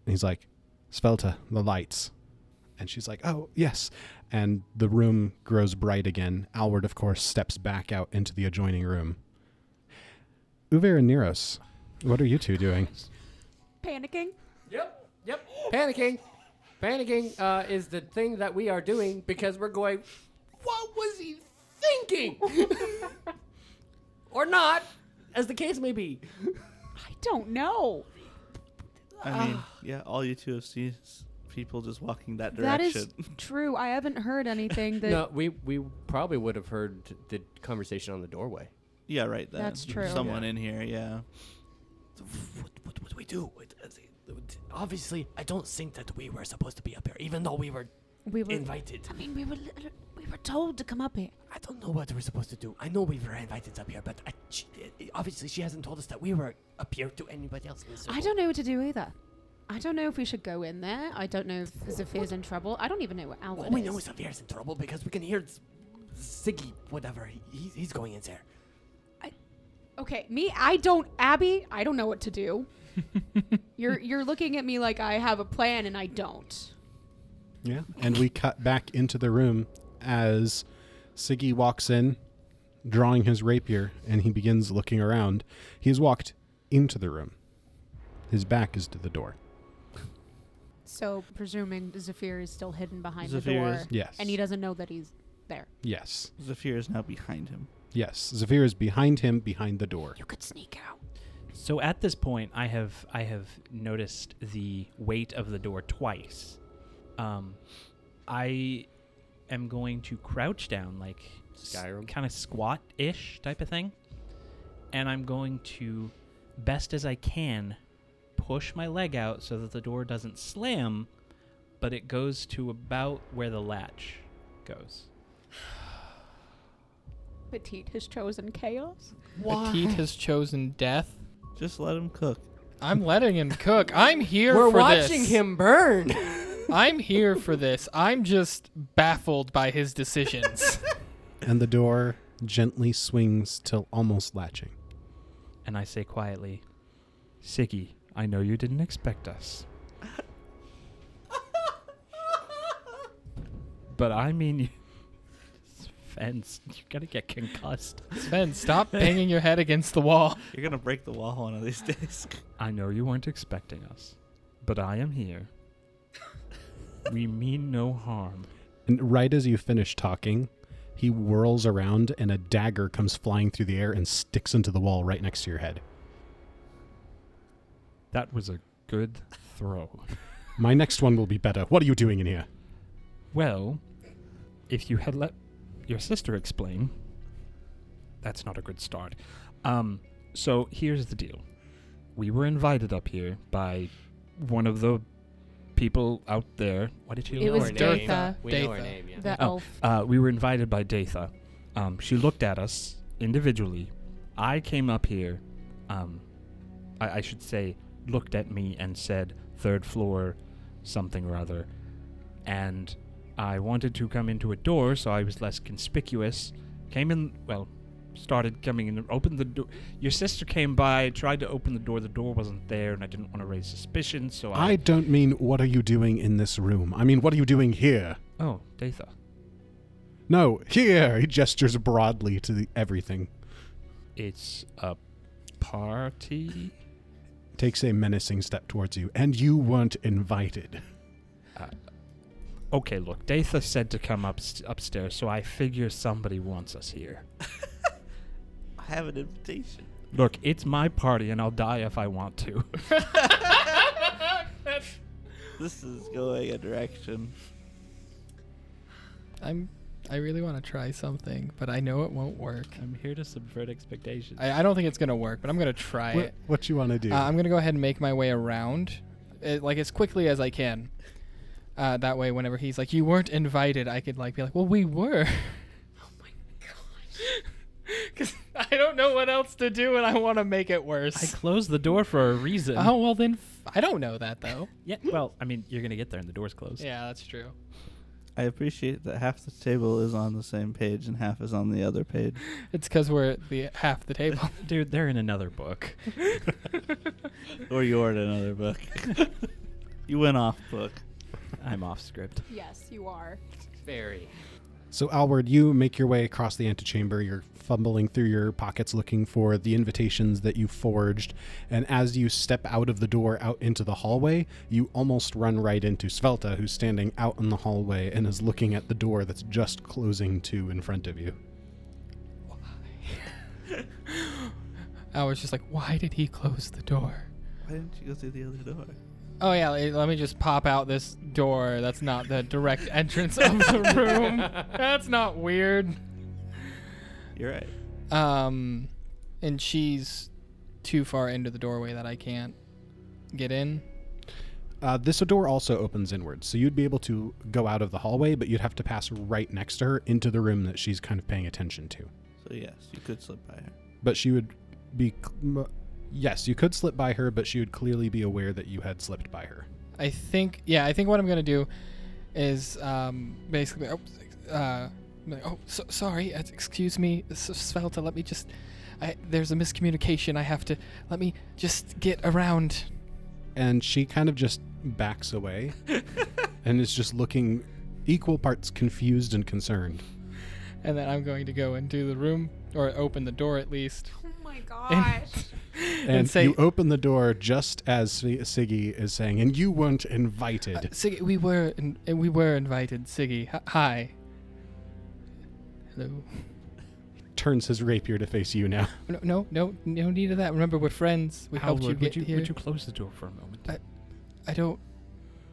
And he's like, Svelta, the lights. And she's like, Oh, yes. And the room grows bright again. Alward, of course, steps back out into the adjoining room. Uver and Neros, what are you two doing?
Oh, Panicking.
Yep, yep. Panicking. Panicking uh, is the thing that we are doing because we're going, what was he thinking? or not, as the case may be.
I don't know.
Ah.
I mean, yeah, all you two have seen is people just walking that direction.
That is true. I haven't heard anything that.
no, we, we probably would have heard the conversation on the doorway.
Yeah, right. Then.
That's true.
Someone in here, yeah.
What do we do? What- uh, th- Obviously, I don't think that we were supposed to be up here, even though we were,
We were
invited.
I mean, we were li- we were told to come up here.
I don't know what we're supposed to do. I know we were invited up here, but I, she, uh, obviously she hasn't told us that we were up here to anybody else. In the
I
circle.
don't know what to do either. I don't know if we should go in there. I don't know if Zephyr's in trouble. I don't even know what Alwyn
All
is.
we know is Xavier's in trouble because we can hear S- Siggy, whatever. He, he's, he's going in there.
Okay, me, I don't, Abby, I don't know what to do. you're you're looking at me like I have a plan and I don't.
Yeah. And we cut back into the room as Siggy walks in, drawing his rapier, and he begins looking around. He has walked into the room. His back is to the door.
So, presuming Zephyr is still hidden behind the
Zephyr
door,
is- yes.
and he doesn't know that he's there.
Yes.
Zephyr is now behind him.
Yes. Zephyr is behind him, behind the door. You
could sneak out.
So at this point, I have I have noticed the weight of the door twice. Um, I am going to crouch down, like Skyrim, kind of squat-ish type of thing, and I'm going to, best as I can, push my leg out so that the door doesn't slam, but it goes to about where the latch goes.
Petite has chosen chaos.
Petite has chosen death.
Just let him cook.
I'm letting him cook. I'm here
We're
for
watching
this.
him burn.
I'm here for this. I'm just baffled by his decisions.
And the door gently swings till almost latching.
And I say quietly, Siggy, I know you didn't expect us. but I mean, you.
Fence, you're gonna get concussed.
Sven, stop banging your head against the wall.
You're gonna break the wall one of these days.
I know you weren't expecting us, but I am here. we mean no harm.
And right as you finish talking, he whirls around and a dagger comes flying through the air and sticks into the wall right next to your head.
That was a good throw.
My next one will be better. What are you doing in here?
Well, if you had let your sister explain, that's not a good start. Um, so here's the deal. We were invited up here by one of the people out there. What did she
It
look
was
like?
Datha. Datha. We know her Datha. name, yeah. The
oh,
elf.
uh, we were invited by Datha. Um, she looked at us individually. I came up here. Um, I, I should say, looked at me and said, third floor, something or other. And I wanted to come into a door, so I was less conspicuous. Came in, well, started coming in, opened the door. Your sister came by, tried to open the door. The door wasn't there, and I didn't want to raise suspicion, so I.
I don't mean what are you doing in this room. I mean what are you doing here?
oh, Datha.
No, here. He gestures broadly to the, everything.
It's a party?
Takes a menacing step towards you, and you weren't invited.
Okay, look, Datha said to come up upstairs, so I figure somebody wants us here.
I have an invitation.
Look, it's my party, and I'll die if I want to.
This is going a direction.
I'm. I really want to try something, but I know it won't work.
I'm here to subvert expectations.
I, I don't think it's gonna work, but I'm gonna try
What,
it.
what you want to do?
Uh, I'm gonna go ahead and make my way around, uh, like as quickly as I can. Uh, that way, whenever he's like, "You weren't invited," I could like be like, "Well, we were." Because I don't know what else to do, and I want to make it
I
worse.
closed the door for a reason.
oh well, then f- I don't know that though.
Yeah, well, I mean, you're going to get there, and the door's closed.
yeah, that's true.
I appreciate that half the table is on the same page and half is on the other page.
It's because we're at the half the table.
Dude, they're in another book.
or you're in another book. you went off book.
I'm off script.
Yes, you are.
Very.
So, Alward, you make your way across the antechamber. You're fumbling through your pockets looking for the invitations that you forged. And as you step out of the door out into the hallway, you almost run right into Svelta, who's standing out in the hallway and is looking at the door that's just closing to in front of you.
I was just like, "Why did he close the door?"
Why didn't you go through the other door?
Oh yeah, le- let me just pop out this door. That's not the direct entrance of the room. That's not weird.
You're right.
Um, and she's too far into the doorway that I can't get in.
Uh, this door also opens inward, so you'd be able to go out of the hallway, but you'd have to pass right next to her into the room that she's kind of paying attention to.
So yes, you could slip by her.
But she would be. cl- m- Yes, you could slip by her, but she would clearly be aware that you had slipped by her.
I think yeah, I think what I'm gonna do is um, basically oh, uh, like, oh so, sorry, uh, excuse me, S- Svelta, let me just I, there's a miscommunication. I have to let me just get around.
And she kind of just backs away and is just looking equal parts confused and concerned.
And then I'm going to go into the room or open the door at least. Oh
my
god. And,
And
say uh,
you open the door just as Si- Siggy is saying, and you weren't invited.
Siggy, we were in, uh, we were invited, Siggy. H- hi. Hello.
Turns his rapier to face you now.
No, no, no, no need of that. Remember, we're friends. We helped you
Howard,
get
would you,
here.
would you close the door for a moment?
I, I don't.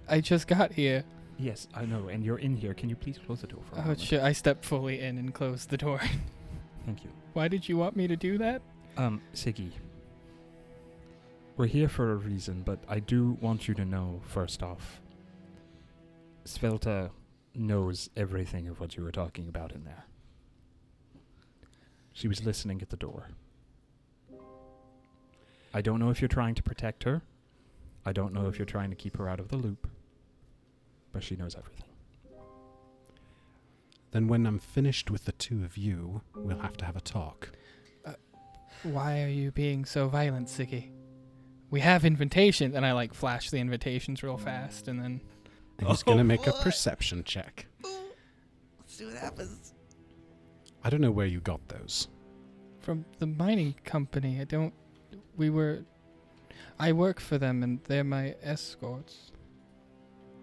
I just got here.
Yes, I know, and you're in here. Can you please close the door for a
Oh
moment?
shit! I stepped fully in and closed the door.
Thank you.
Why did you want me to do that?
Um, Siggy, we're here for a reason, but I do want you to know first off, Svelta knows everything of what you were talking about in there. She was listening at the door. I don't know if you're trying to protect her. I don't know if you're trying to keep her out of the loop. But she knows everything.
Then, when I'm finished with the two of you, we'll have to have a talk.
Why are you being so violent, Siggy? We have invitations, and I like flash the invitations real fast, and then
And he's
Oh,
going to make a perception check.
Let's see what happens.
I don't know where you got those.
from the mining company. I don't. We were. I work for them, and they're my escorts.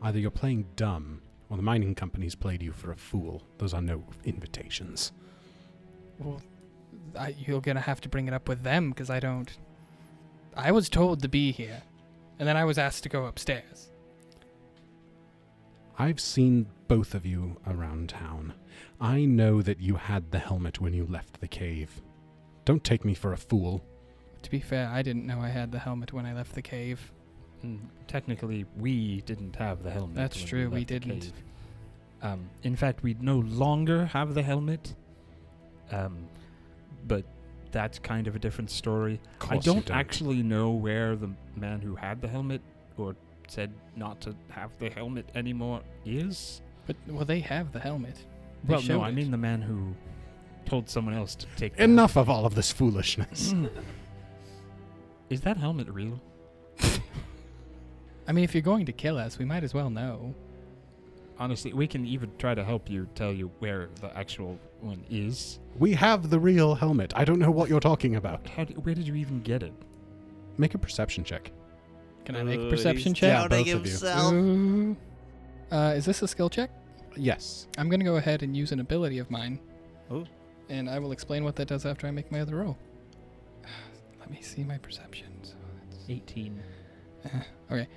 Either you're playing dumb, or the mining company's played you for a fool. Those are no invitations.
Well, I, you're gonna have to bring it up with them because I don't. I was told to be here, and then I was asked to go upstairs.
I've seen both of you around town. I know that you had the helmet when you left the cave. Don't take me for a fool.
To be fair, I didn't know I had the helmet when I left the cave.
Mm, technically, we didn't have the helmet.
That's
when
true, we
left the
didn't.
cave. Um, in fact, we no longer have the helmet. Um, but that's kind of a different story. I
Course you
don't
don't.
actually know where the man who had the helmet or said not to have the helmet anymore is.
But well, they have the helmet. They
Well, no,
showed
I mean the man who told someone else to take. the
Enough of all of this foolishness.
helmet. Mm. Is that helmet real?
I mean, if you're going to kill us, we might as well know.
Honestly, we can even try to help you tell you where the actual one is.
We have the real helmet. I don't know what you're talking about.
How d where did you even get it?
Make a perception check.
Can I make
Oh,
a perception
he's
check?
doubting Yeah, both of you. himself.
Ooh. Uh, is this a skill check?
Yes.
I'm gonna go ahead and use an ability of mine.
Oh.
And I will explain what that does after I make my other roll. Let me see my perceptions.
18.
okay.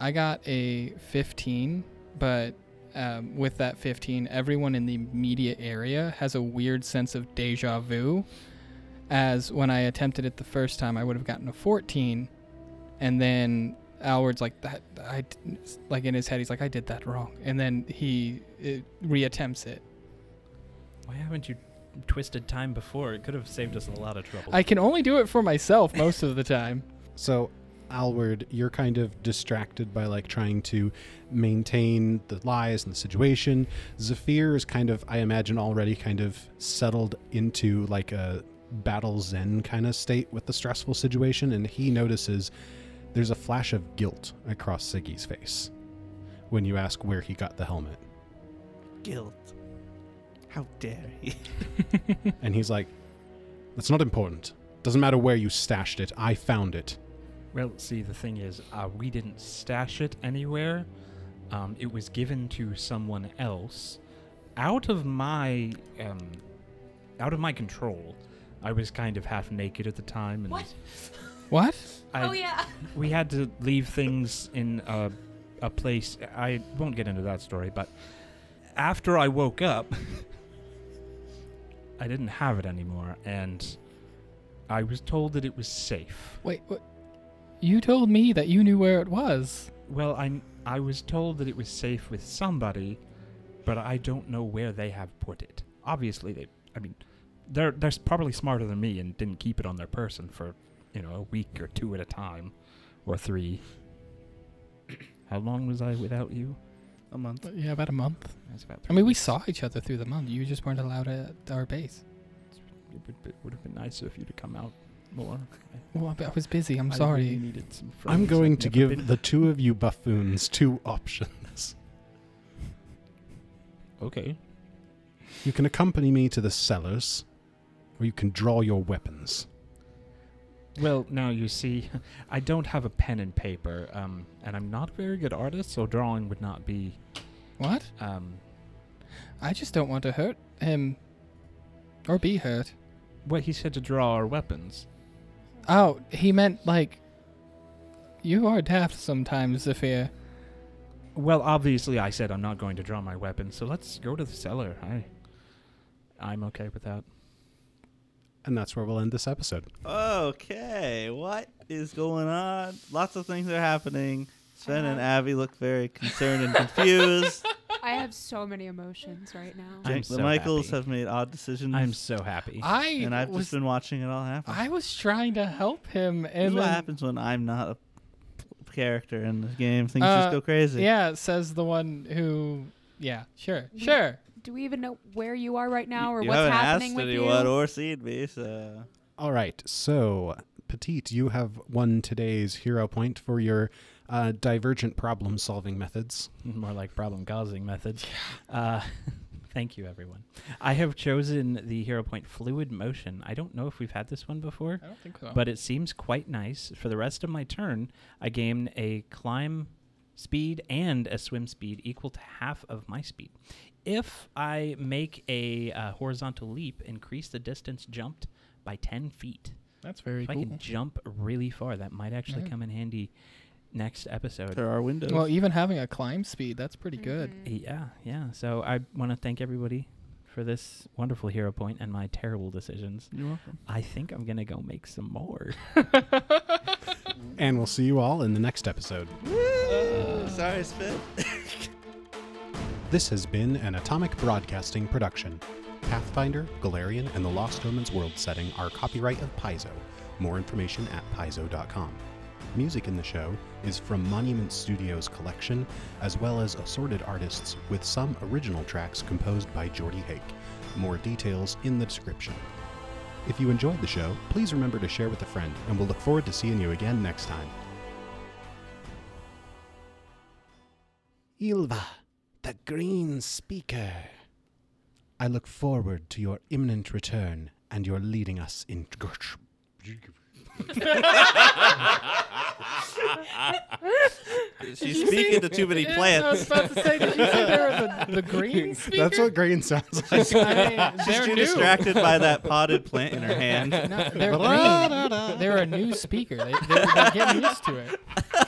I got a 15, but um, with that 15, everyone in the immediate area has a weird sense of deja vu. As when I attempted it the first time, I would have gotten a 14, and then Alward's like that. I d- like in his head, he's like, I did that wrong, and then he uh reattempts it.
Why haven't you twisted time before? It could have saved us a lot of trouble.
I can only do it for myself most of the time.
So, Alward, you're kind of distracted by like trying to maintain the lies and the situation. Zephyr is kind of, I imagine, already kind of settled into like a battle zen kind of state with the stressful situation, and he notices there's a flash of guilt across Siggy's face when you ask where he got the helmet.
Guilt. How dare he?
and he's like, That's not important. Doesn't matter where you stashed it, I found it.
Well, see, the thing is, uh, we didn't stash it anywhere. Um, it was given to someone else, out of my um, out of my control. I was kind of half naked at the time. And what?
What?
I,
Oh, yeah.
We had to leave things in a, a place. I won't get into that story, but after I woke up, I didn't have it anymore, and I was told that it was safe.
Wait, what? You told me that you knew where it was.
Well, I I was told that it was safe with somebody, but I don't know where they have put it. Obviously, they. I mean, they're they're s- probably smarter than me and didn't keep it on their person for you know a week or two at a time, or three. How long was I without you?
A month.
Yeah, about a month.
That's about
I mean, we saw each other through the month. You just weren't allowed at our base.
It would, it would have been nicer if you'd have come out more.
Well, I- I was busy. I'm
I
sorry.
really needed some friends.
I'm going
I've
to
never been-
give the two of you buffoons two options.
Okay.
You can accompany me to the cellars, or you can draw your weapons.
Well, now you see, I don't have a pen and paper, um, and I'm not a very good artist, so drawing would not be.
What?
Um,
I just don't want to hurt him or be hurt.
What he said to draw our weapons.
Oh, he meant like you are daft sometimes, Zephyr.
Well, obviously, I said I'm not going to draw my weapons, so let's go to the cellar. I, I'm okay with that.
And that's where we'll end this episode.
Okay, what is going on? Lots of things are happening. Sven and Abby look very concerned and confused.
I have so many emotions right now.
Jake-
so
the Michaels
happy.
have made odd decisions.
I'm so happy.
I
and I've
was-
just been watching it all happen.
I was trying to help him,
this
and
is what
then-
happens when I'm not a p- character in this game. Things
Uh,
just go crazy.
Yeah, says the one who. Yeah, sure, sure.
Do we even know where you are right now or
you
what's
haven't
happening
asked
with
anyone
you?
or seen me, so
All right, so Petite, you have won today's hero point for your uh, divergent problem solving methods.
More like problem causing methods. Uh, thank you, everyone. I have chosen the Hero Point Fluid Motion. I don't know if we've had this one before.
I don't think so.
But it seems quite nice. For the rest of my turn, I gain a climb speed and a swim speed equal to half of my speed. If I make a uh, horizontal leap, increase the distance jumped by 10 feet.
That's very
so I
cool.
can jump really far. That might actually
Yeah.
come in handy next episode.
there are windows.
Well, even having a climb speed, that's pretty good.
Mm-hmm.
Yeah, yeah. So I want to thank everybody for this wonderful hero point and my terrible decisions.
You're welcome.
I think I'm gonna go make some more.
And we'll see you all in the next episode.
sorry, Spit.
This has been an Atomic Broadcasting production. Pathfinder, Galarian, and the Lost Omens world setting are copyright of Paizo. More information at paizo.com. Music in the show is from Monument Studios collection, as well as assorted artists with some original tracks composed by Jordy Hake. More details in the description. If you enjoyed the show, please remember to share with a friend, and we'll look forward to seeing you again next time.
Ilva, the Green Speaker.
I look forward to your imminent return and your leading us in.
She's speaking to too many
Yeah,
plants.
I was about to say, did you say there was the, the green speaker?
That's what green sounds like.
She's- I mean,
She's
they're
too
new.
distracted by that potted plant in her hand.
No, they're green. They're a new speaker. They, they're, they're getting used to it.